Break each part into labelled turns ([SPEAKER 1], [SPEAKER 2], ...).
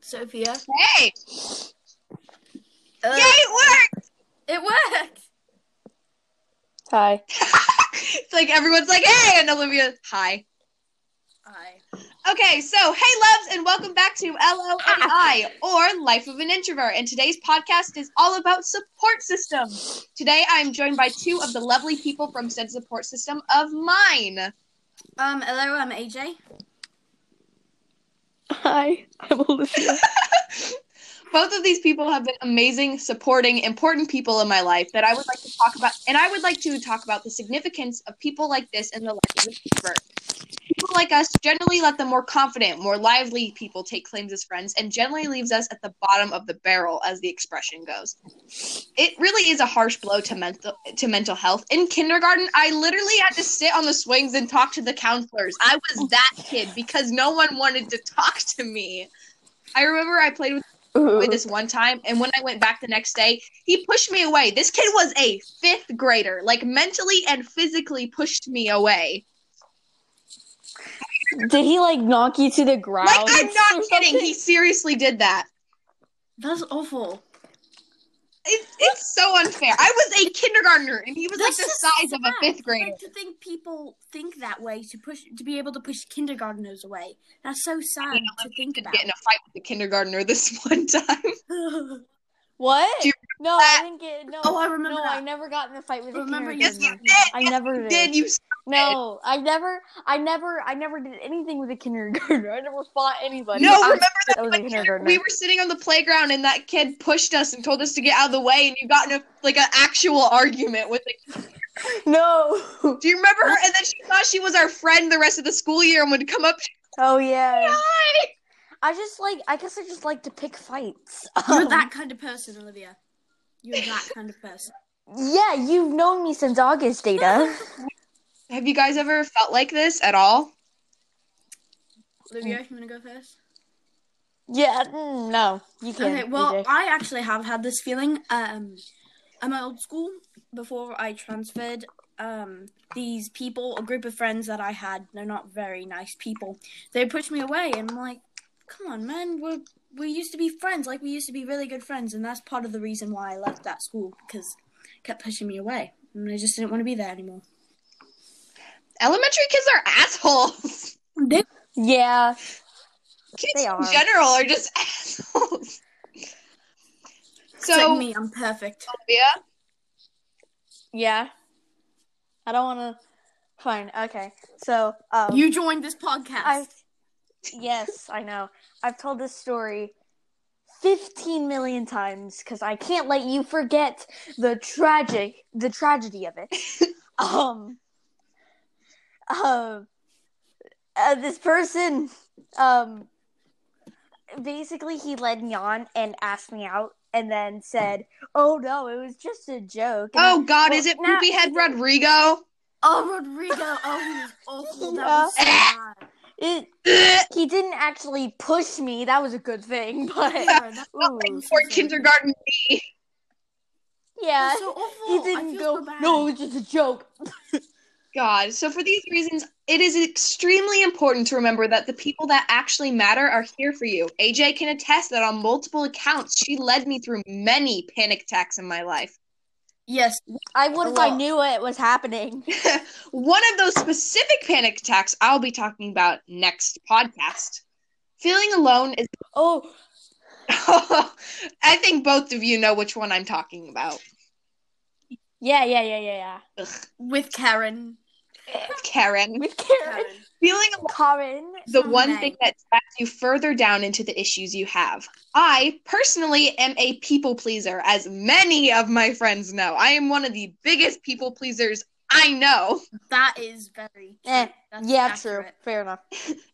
[SPEAKER 1] Sophia.
[SPEAKER 2] Hey!
[SPEAKER 1] Uh,
[SPEAKER 2] Yay, it worked!
[SPEAKER 1] It worked.
[SPEAKER 3] Hi.
[SPEAKER 2] It's like everyone's like, hey, and Olivia, hi.
[SPEAKER 1] Hi.
[SPEAKER 2] Okay, so hey, loves, and welcome back to LONI or Life of an Introvert. And today's podcast is all about support systems. Today, I am joined by two of the lovely people from said support system of mine.
[SPEAKER 1] Um. Hello. I'm AJ.
[SPEAKER 3] Hi. I'm Olivia.
[SPEAKER 2] Both of these people have been amazing, supporting, important people in my life that I would like to talk about, and I would like to talk about the significance of people like this in the life of an introvert. People like us generally let the more confident, more lively people take claims as friends, and generally leaves us at the bottom of the barrel, as the expression goes. It really is a harsh blow to mental to mental health. In kindergarten, I literally had to sit on the swings and talk to the counselors. I was that kid because no one wanted to talk to me. I remember I played with away this one time, and when I went back the next day, he pushed me away. This kid was a fifth grader, like mentally and physically pushed me away.
[SPEAKER 3] Did he like knock you to the ground?
[SPEAKER 2] Like I'm
[SPEAKER 3] or
[SPEAKER 2] not kidding,
[SPEAKER 3] something?
[SPEAKER 2] he seriously did that.
[SPEAKER 1] That's awful.
[SPEAKER 2] It, it's so unfair. I was a kindergartner, and he was
[SPEAKER 1] That's
[SPEAKER 2] like the
[SPEAKER 1] just
[SPEAKER 2] size of a
[SPEAKER 1] sad.
[SPEAKER 2] fifth
[SPEAKER 1] I
[SPEAKER 2] grader.
[SPEAKER 1] like to think people think that way to push to be able to push kindergartners away. That's so sad to think
[SPEAKER 2] Could
[SPEAKER 1] about.
[SPEAKER 2] get in a fight with the kindergartner this one time.
[SPEAKER 3] What?
[SPEAKER 2] Do you
[SPEAKER 3] no,
[SPEAKER 2] that?
[SPEAKER 3] I didn't get. No,
[SPEAKER 1] Oh, I remember
[SPEAKER 3] No,
[SPEAKER 1] that.
[SPEAKER 3] I never got in a fight with a
[SPEAKER 1] Remember you
[SPEAKER 3] kindergartner.
[SPEAKER 2] Yes, you
[SPEAKER 3] I never did.
[SPEAKER 2] Did you?
[SPEAKER 3] No, I never, I never, I never did anything with a kindergartner. I never fought anybody.
[SPEAKER 2] No,
[SPEAKER 3] I was,
[SPEAKER 2] remember
[SPEAKER 3] that was a kindergartner.
[SPEAKER 2] we were sitting on the playground, and that kid pushed us and told us to get out of the way, and you got in a, like an actual argument with the
[SPEAKER 3] No.
[SPEAKER 2] Do you remember her? And then she thought she was our friend the rest of the school year and would come up.
[SPEAKER 3] Oh yeah.
[SPEAKER 2] Hi.
[SPEAKER 3] I just like. I guess I just like to pick fights.
[SPEAKER 1] You're
[SPEAKER 3] Um,
[SPEAKER 1] that kind of person, Olivia. You're that kind of person.
[SPEAKER 3] Um, Yeah, you've known me since August, Data.
[SPEAKER 2] Have you guys ever felt like this at all?
[SPEAKER 1] Olivia, you want to go first?
[SPEAKER 3] yeah. mm, No, you can't.
[SPEAKER 1] Okay, well,
[SPEAKER 3] AJ.
[SPEAKER 1] I actually have had this feeling. Um, at my old school, before I transferred, um, these people, a group of friends that I had, they're not very nice people. They pushed me away, and I'm like, "Come on, man, we're we used to be friends. Like we used to be really good friends, and that's part of the reason why I left that school because it kept pushing me away, and I just didn't want to be there anymore."
[SPEAKER 2] Elementary kids are assholes.
[SPEAKER 1] They
[SPEAKER 3] yeah.
[SPEAKER 2] Kids
[SPEAKER 3] They are.
[SPEAKER 2] in general are just assholes. So,
[SPEAKER 1] like me, I'm perfect.
[SPEAKER 2] Olivia,
[SPEAKER 3] Yeah. I don't want to. Fine. Okay. So, um,
[SPEAKER 1] You joined this podcast.
[SPEAKER 3] I. Yes, I know. I've told this story 15 million times because I can't let you forget the tragic, the tragedy of it. um. Um. Uh, this person, um, basically he led me on and asked me out, and then said, "Oh no, it was just a joke." And I
[SPEAKER 2] oh God,
[SPEAKER 3] well,
[SPEAKER 2] is it
[SPEAKER 3] now-
[SPEAKER 2] Poopy Head Rodrigo?
[SPEAKER 1] oh, Rodrigo. Oh, he was awful. That
[SPEAKER 3] Yeah.
[SPEAKER 1] was so bad.
[SPEAKER 3] It,
[SPEAKER 2] Ugh.
[SPEAKER 3] he didn't actually push me. That was a good thing, but
[SPEAKER 1] Yeah, that-
[SPEAKER 3] ooh,
[SPEAKER 2] Poor kindergarten.
[SPEAKER 3] yeah,
[SPEAKER 1] That's so awful.
[SPEAKER 3] he
[SPEAKER 1] I
[SPEAKER 3] didn't
[SPEAKER 1] feel
[SPEAKER 3] go.
[SPEAKER 1] so bad.
[SPEAKER 3] no, it was just a joke.
[SPEAKER 2] God. So, for these reasons, it is extremely important to remember that the people that actually matter are here for you. AJ can attest that on multiple accounts, she led me through many panic attacks in my life.
[SPEAKER 1] Yes.
[SPEAKER 3] I would if
[SPEAKER 1] Well-
[SPEAKER 3] I knew it was happening.
[SPEAKER 2] One of those specific panic attacks I'll be talking about next podcast. Feeling alone is.
[SPEAKER 3] Oh,
[SPEAKER 2] I think both of you know which one I'm talking about.
[SPEAKER 3] yeah, yeah, yeah, yeah, yeah.
[SPEAKER 1] With Karen.
[SPEAKER 2] Karen.
[SPEAKER 3] With Karen,
[SPEAKER 1] Karen.
[SPEAKER 2] Feeling alone.
[SPEAKER 3] Karen.
[SPEAKER 2] is The
[SPEAKER 1] So
[SPEAKER 2] one
[SPEAKER 1] nice.
[SPEAKER 2] thing that drags you further down into the issues you have. I personally am a people pleaser, as many of my friends know. I am one of the biggest people pleasers I know.
[SPEAKER 1] That is very.
[SPEAKER 3] Eh,
[SPEAKER 1] true. That's
[SPEAKER 3] yeah,
[SPEAKER 1] accurate.
[SPEAKER 3] true. Fair enough.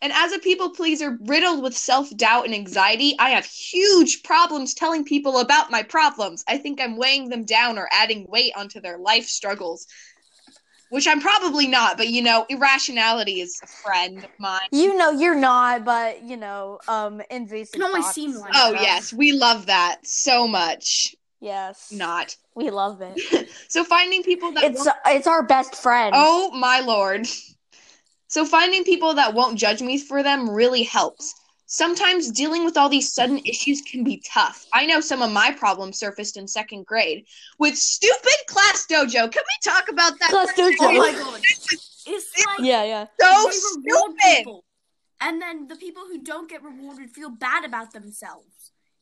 [SPEAKER 2] And as a people pleaser riddled with self doubt and anxiety, I have huge problems telling people about my problems. I think I'm weighing them down or adding weight onto their life struggles, which I'm probably not, but you know, irrationality is a friend of mine.
[SPEAKER 3] You know you're not, but you know, um, invasive.
[SPEAKER 1] Can always
[SPEAKER 3] thoughts.
[SPEAKER 1] seem like
[SPEAKER 2] Oh,
[SPEAKER 3] Um,
[SPEAKER 2] yes, we love that so much.
[SPEAKER 3] yes.
[SPEAKER 2] Not.
[SPEAKER 3] we love it.
[SPEAKER 2] So finding people that
[SPEAKER 3] It's it's our best friend.
[SPEAKER 2] Oh my lord. So finding people that won't judge me for them really helps. Sometimes dealing with all these sudden issues can be tough. I know some of my problems surfaced in second grade with stupid class dojo. Can we talk about that?
[SPEAKER 3] Class
[SPEAKER 2] for a
[SPEAKER 3] dojo.
[SPEAKER 1] Oh
[SPEAKER 2] second?
[SPEAKER 1] my god. It's like
[SPEAKER 3] Yeah, yeah.
[SPEAKER 2] So
[SPEAKER 1] they reward
[SPEAKER 2] stupid.
[SPEAKER 1] people. And then the people who don't get rewarded feel bad about themselves.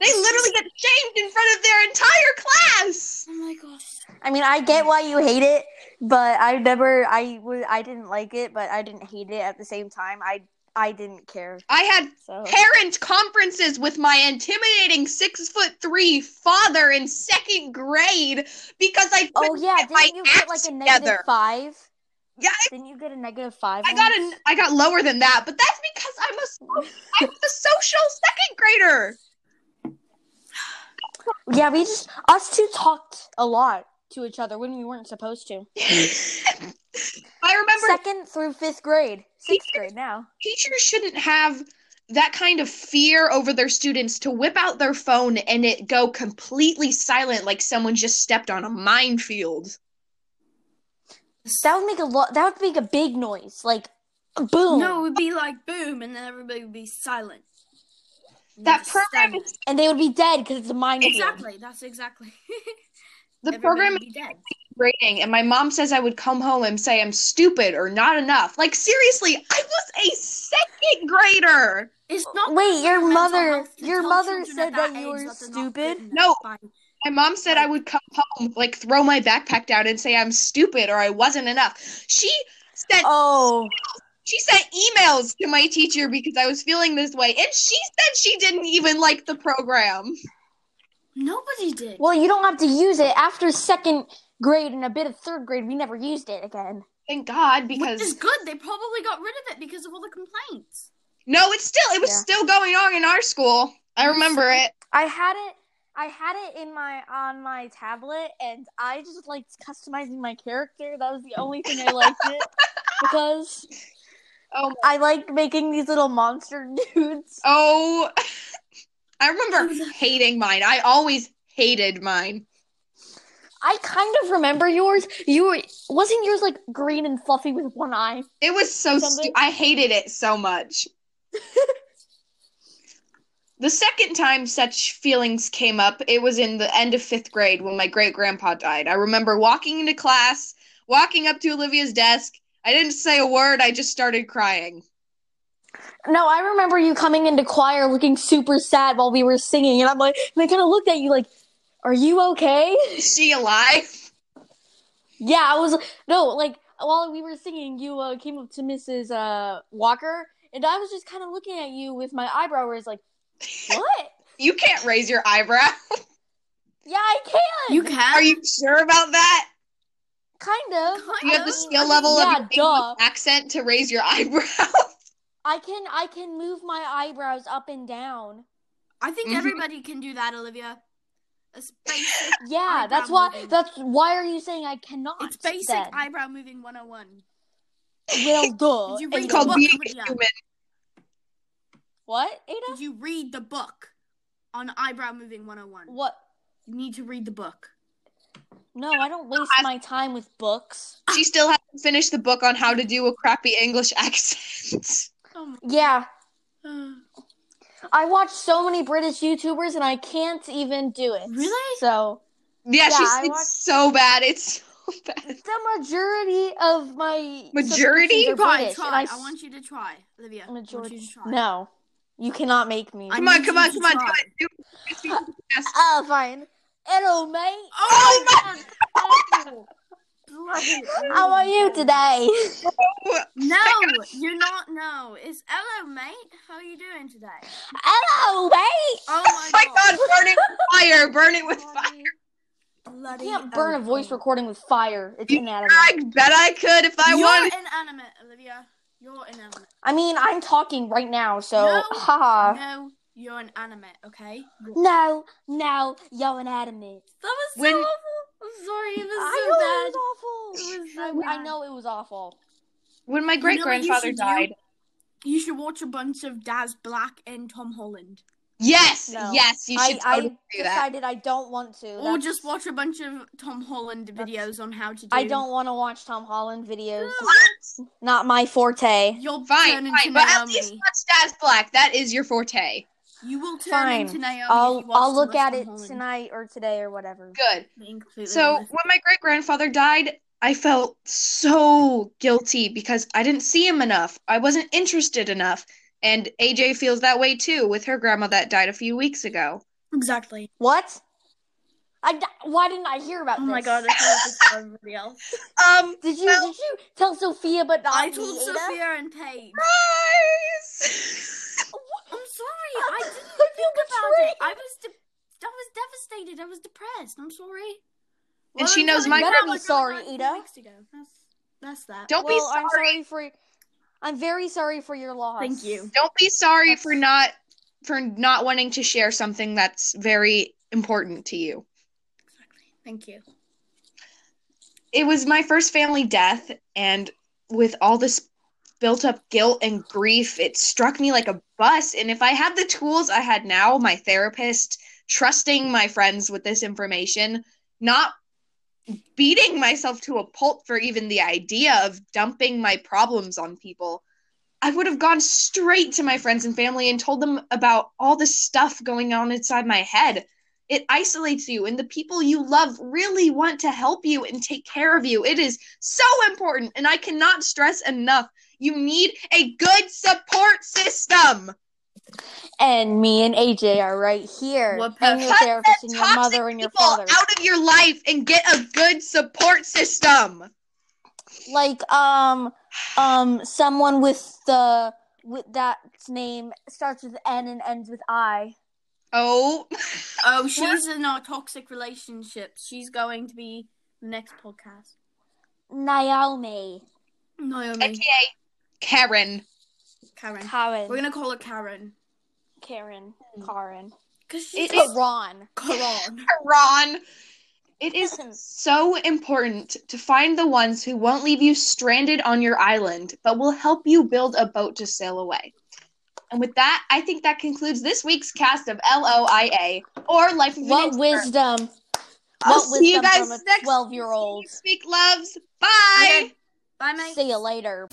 [SPEAKER 2] They literally get shamed in front of their entire class.
[SPEAKER 1] Oh my gosh.
[SPEAKER 3] I mean, I get why you hate it, but I never, I was, I didn't like it, but I didn't hate it at the same time. I, I didn't care.
[SPEAKER 2] I had
[SPEAKER 3] So
[SPEAKER 2] parent conferences with my intimidating six foot three father in second grade because I
[SPEAKER 3] Oh
[SPEAKER 2] couldn't
[SPEAKER 3] yeah,
[SPEAKER 2] get my
[SPEAKER 3] didn't you get like
[SPEAKER 2] act
[SPEAKER 3] a
[SPEAKER 2] together.
[SPEAKER 3] negative five?
[SPEAKER 2] Yeah,
[SPEAKER 3] Didn't you get a negative five?
[SPEAKER 2] I got
[SPEAKER 3] once?
[SPEAKER 2] an I got lower than that, but that's because I'm a so- I'm the social second grader.
[SPEAKER 3] Yeah, we just us two talked a lot to each other when we weren't supposed to.
[SPEAKER 2] I remember
[SPEAKER 3] Second through fifth grade, sixth grade now.
[SPEAKER 2] teachers shouldn't have that kind of fear over their students to whip out their phone and it go completely silent like someone just stepped on a minefield.
[SPEAKER 3] That would make a lot. That would make a big noise, like boom.
[SPEAKER 1] No, it would be like boom, and then everybody would be silent. And
[SPEAKER 2] That
[SPEAKER 1] just
[SPEAKER 2] program
[SPEAKER 1] stand
[SPEAKER 2] is
[SPEAKER 3] and they would be dead because it's a
[SPEAKER 1] there.
[SPEAKER 3] minefield.
[SPEAKER 1] Exactly. That's exactly.
[SPEAKER 2] the
[SPEAKER 1] Everybody
[SPEAKER 2] program
[SPEAKER 1] would be dead.
[SPEAKER 2] rating and my mom says I would come home and say I'm stupid or not enough. Like seriously, I was a second grader.
[SPEAKER 1] It's not.
[SPEAKER 3] Wait, your
[SPEAKER 1] mental
[SPEAKER 3] mother,
[SPEAKER 1] health to
[SPEAKER 3] your
[SPEAKER 1] tell
[SPEAKER 3] mother
[SPEAKER 1] children
[SPEAKER 3] said
[SPEAKER 1] at
[SPEAKER 3] that,
[SPEAKER 1] age
[SPEAKER 3] you were
[SPEAKER 1] that they're not good
[SPEAKER 3] stupid.
[SPEAKER 1] enough
[SPEAKER 2] No.
[SPEAKER 1] by-
[SPEAKER 2] My mom said I would come home, like throw my backpack down and say I'm stupid or I wasn't enough. She sent
[SPEAKER 3] Oh,
[SPEAKER 2] she sent emails to my teacher because I was feeling this way and she said she didn't even like the program.
[SPEAKER 1] Nobody did.
[SPEAKER 3] well, you don't have to use it after second grade and a bit of third grade. We never used it again.
[SPEAKER 2] Thank God
[SPEAKER 1] Which is
[SPEAKER 2] because
[SPEAKER 1] good. They probably got rid of it because of all the complaints.
[SPEAKER 2] no, it's still it was
[SPEAKER 3] Yeah.
[SPEAKER 2] still going on in our school. I remember it.
[SPEAKER 3] I had it. I had it in my on my tablet, and I just liked customizing my character. That was the only thing I liked it because
[SPEAKER 2] Oh
[SPEAKER 3] I like making these little monster dudes.
[SPEAKER 2] Oh, I remember hating mine. I always hated mine.
[SPEAKER 3] I kind of remember yours. You were wasn't yours like green and fluffy with one eye?
[SPEAKER 2] It was so
[SPEAKER 3] Something-
[SPEAKER 2] stupid. I hated it so much. the second time such feelings came up, it was in the end of fifth grade when my great grandpa died. I remember walking into class, walking up to Olivia's desk. I didn't say a word, I just started crying.
[SPEAKER 3] No, I remember you coming into choir looking super sad while we were singing, and I'm like, and I kind of looked at you like, "Are you okay?"
[SPEAKER 2] Is she alive?
[SPEAKER 3] Yeah, I was no like while we were singing, you uh, came up to Mrs. Uh, Walker, and I was just kind of looking at you with my eyebrow raised, like, "What?"
[SPEAKER 2] You can't raise your eyebrow.
[SPEAKER 3] yeah, I can.
[SPEAKER 1] You can.
[SPEAKER 2] Are you sure about that?
[SPEAKER 3] kind of?
[SPEAKER 2] You have the
[SPEAKER 1] Um,
[SPEAKER 2] skill level
[SPEAKER 3] yeah,
[SPEAKER 2] of your
[SPEAKER 3] duh.
[SPEAKER 2] accent to raise your eyebrow.
[SPEAKER 3] I can. I can move my eyebrows up and down.
[SPEAKER 1] I think
[SPEAKER 2] Mhm.
[SPEAKER 1] everybody can do that, Olivia. It's basic.
[SPEAKER 3] Yeah,
[SPEAKER 1] Eyebrow
[SPEAKER 3] that's why.
[SPEAKER 1] moving.
[SPEAKER 3] That's why are you saying I cannot?
[SPEAKER 1] it's basic
[SPEAKER 3] then?
[SPEAKER 1] eyebrow moving 101.
[SPEAKER 3] well, duh.
[SPEAKER 1] Did you
[SPEAKER 2] It's
[SPEAKER 1] read
[SPEAKER 2] called
[SPEAKER 1] the book,
[SPEAKER 2] being a
[SPEAKER 1] Olivia?
[SPEAKER 2] human.
[SPEAKER 3] What, Ada?
[SPEAKER 1] Did you read the book on eyebrow moving 101?
[SPEAKER 3] What?
[SPEAKER 1] You need to read the book.
[SPEAKER 3] No, I don't waste my time with books.
[SPEAKER 2] She still hasn't finished the book on how to do a crappy English accent.
[SPEAKER 1] Oh my.
[SPEAKER 3] Yeah,
[SPEAKER 1] Uh,
[SPEAKER 3] I watch so many British YouTubers, and I can't even do it.
[SPEAKER 1] Really?
[SPEAKER 3] So.
[SPEAKER 2] yeah,
[SPEAKER 3] Yeah,
[SPEAKER 2] she's
[SPEAKER 3] I
[SPEAKER 2] it's
[SPEAKER 3] watched-
[SPEAKER 2] so bad. It's so bad.
[SPEAKER 3] The majority of my
[SPEAKER 2] Majority?
[SPEAKER 3] subscriptions are
[SPEAKER 1] try,
[SPEAKER 3] British, and
[SPEAKER 1] try. I,
[SPEAKER 3] s-
[SPEAKER 1] want you to try, Olivia. I want
[SPEAKER 3] majority.
[SPEAKER 1] you to try.
[SPEAKER 3] No, you cannot make me.
[SPEAKER 1] I
[SPEAKER 2] Come on,
[SPEAKER 1] need
[SPEAKER 2] come
[SPEAKER 1] you
[SPEAKER 2] on,
[SPEAKER 1] to
[SPEAKER 2] come on, do
[SPEAKER 1] try.
[SPEAKER 2] it. Do it. Do it. Yes.
[SPEAKER 3] Ah, fine. Hello, mate.
[SPEAKER 1] Oh,
[SPEAKER 2] Oh
[SPEAKER 1] my God. Bloody
[SPEAKER 3] How are you
[SPEAKER 1] hell.
[SPEAKER 3] today?
[SPEAKER 2] Oh
[SPEAKER 1] No, you're not. No, it's hello, mate. How are you doing today?
[SPEAKER 3] Hello, mate.
[SPEAKER 1] Oh
[SPEAKER 2] Oh my god, burn it with fire. Burn it with fire.
[SPEAKER 3] I
[SPEAKER 1] Bloody
[SPEAKER 3] can't burn a
[SPEAKER 1] hell.
[SPEAKER 3] voice recording with fire. It's
[SPEAKER 2] You
[SPEAKER 3] inanimate.
[SPEAKER 2] I bet I could if I
[SPEAKER 1] You're
[SPEAKER 2] wanted.
[SPEAKER 1] inanimate, Olivia. You're inanimate.
[SPEAKER 3] I mean, I'm talking right now, so
[SPEAKER 1] No.
[SPEAKER 2] Uh,
[SPEAKER 3] haha.
[SPEAKER 1] no, you're inanimate. Okay. That
[SPEAKER 3] No, no, you're inanimate.
[SPEAKER 1] was so
[SPEAKER 2] When-
[SPEAKER 1] awful. I'm sorry. It was
[SPEAKER 3] I
[SPEAKER 1] so
[SPEAKER 3] know
[SPEAKER 1] bad.
[SPEAKER 3] it was awful.
[SPEAKER 1] It was so
[SPEAKER 3] I- I,
[SPEAKER 1] bad.
[SPEAKER 3] know it was awful.
[SPEAKER 2] When my
[SPEAKER 1] know what you
[SPEAKER 2] great grandfather
[SPEAKER 1] should do?
[SPEAKER 2] died,
[SPEAKER 1] You should watch a bunch of Daz Black and Tom Holland.
[SPEAKER 2] Yes,
[SPEAKER 3] No.
[SPEAKER 2] yes, you should
[SPEAKER 3] I,
[SPEAKER 2] totally
[SPEAKER 3] I
[SPEAKER 2] do that.
[SPEAKER 3] decided I don't want to.
[SPEAKER 1] Or
[SPEAKER 3] That's-
[SPEAKER 1] just watch a bunch of Tom Holland videos on how to do.
[SPEAKER 3] I don't want to watch Tom Holland videos.
[SPEAKER 1] No.
[SPEAKER 3] Not my forte.
[SPEAKER 1] You'll turn
[SPEAKER 2] Fine,
[SPEAKER 1] into
[SPEAKER 2] fine, but
[SPEAKER 1] Naomi.
[SPEAKER 2] at least watch Daz Black. That is your forte.
[SPEAKER 1] you will turn
[SPEAKER 3] Fine.
[SPEAKER 1] into Naomi. if
[SPEAKER 3] I'll
[SPEAKER 1] you watch
[SPEAKER 3] I'll
[SPEAKER 1] too
[SPEAKER 3] look
[SPEAKER 1] much
[SPEAKER 3] at
[SPEAKER 1] Tom
[SPEAKER 3] it
[SPEAKER 1] Holland.
[SPEAKER 3] tonight or today or whatever.
[SPEAKER 2] Good.
[SPEAKER 1] Being completely
[SPEAKER 2] So
[SPEAKER 1] honest.
[SPEAKER 2] when my great grandfather died, I felt so guilty because I didn't see him enough. I wasn't interested enough. And AJ feels that way too with her grandma that died a few weeks ago.
[SPEAKER 1] exactly.
[SPEAKER 3] What? I d- why didn't I hear about
[SPEAKER 1] Oh
[SPEAKER 3] this?
[SPEAKER 1] my god, I told this to everybody else.
[SPEAKER 2] Um,
[SPEAKER 3] Did you
[SPEAKER 2] Well-
[SPEAKER 3] did you tell Sophia but not
[SPEAKER 1] I
[SPEAKER 3] me,
[SPEAKER 1] told
[SPEAKER 3] Ada?
[SPEAKER 1] Sophia and Paige.
[SPEAKER 2] surprise!
[SPEAKER 1] I'm sorry, I didn't
[SPEAKER 3] I feel
[SPEAKER 1] think about
[SPEAKER 3] betrayed.
[SPEAKER 1] it. I was de- I was devastated. I was depressed. I'm sorry.
[SPEAKER 2] And she knows
[SPEAKER 1] I'm
[SPEAKER 2] my
[SPEAKER 1] telling
[SPEAKER 3] grandma-
[SPEAKER 1] you, I
[SPEAKER 3] You better be sorry,
[SPEAKER 1] got
[SPEAKER 3] Ida.
[SPEAKER 1] Weeks ago. That's that's that.
[SPEAKER 2] Don't be
[SPEAKER 3] well, I'm
[SPEAKER 2] sorry.
[SPEAKER 3] sorry for. I'm very sorry for your loss.
[SPEAKER 1] Thank you.
[SPEAKER 2] Don't be sorry
[SPEAKER 3] That's-
[SPEAKER 2] for not for not wanting to share something that's very important to you.
[SPEAKER 1] Thank you.
[SPEAKER 2] it was my first family death and with all this built up guilt and grief it struck me like a bus and if i had the tools i had now my therapist trusting my friends with this information not beating myself to a pulp for even the idea of dumping my problems on people i would have gone straight to my friends and family and told them about all the stuff going on inside my head it isolates you and the people you love really want to help you and take care of you it is so important and i cannot stress enough you need a good support system
[SPEAKER 3] And me and AJ are right here.
[SPEAKER 1] What
[SPEAKER 3] and your
[SPEAKER 2] Cut
[SPEAKER 3] therapist and
[SPEAKER 2] the
[SPEAKER 3] your
[SPEAKER 2] toxic
[SPEAKER 3] mother and your
[SPEAKER 2] people
[SPEAKER 3] father.
[SPEAKER 2] out of your life and get a good support system
[SPEAKER 3] Like um um someone with the with that name starts with N and ends with I.
[SPEAKER 2] oh
[SPEAKER 1] Oh, she's in a toxic relationship. She's going to be the next podcast.
[SPEAKER 3] Naomi.
[SPEAKER 1] Naomi,
[SPEAKER 2] aka karen
[SPEAKER 1] Karen.
[SPEAKER 3] Karen.
[SPEAKER 1] We're gonna call her Karen
[SPEAKER 3] Karen.
[SPEAKER 2] Hmm.
[SPEAKER 3] Karen.
[SPEAKER 1] because she's
[SPEAKER 2] It
[SPEAKER 1] a
[SPEAKER 2] is-
[SPEAKER 3] Karan.
[SPEAKER 1] Karen.
[SPEAKER 2] Ron. It is so important to find the ones who won't leave you stranded on your island, but will help you build a boat to sail away. And with that, I think that concludes this week's cast of LOIA or Life of an
[SPEAKER 3] What
[SPEAKER 2] Expert.
[SPEAKER 3] wisdom.
[SPEAKER 2] I'll
[SPEAKER 3] What
[SPEAKER 2] see you
[SPEAKER 3] wisdom
[SPEAKER 2] guys
[SPEAKER 3] from a
[SPEAKER 2] next
[SPEAKER 3] 12-year-old.
[SPEAKER 2] Speak loves. Bye.
[SPEAKER 1] Bye, mate.
[SPEAKER 3] See you later.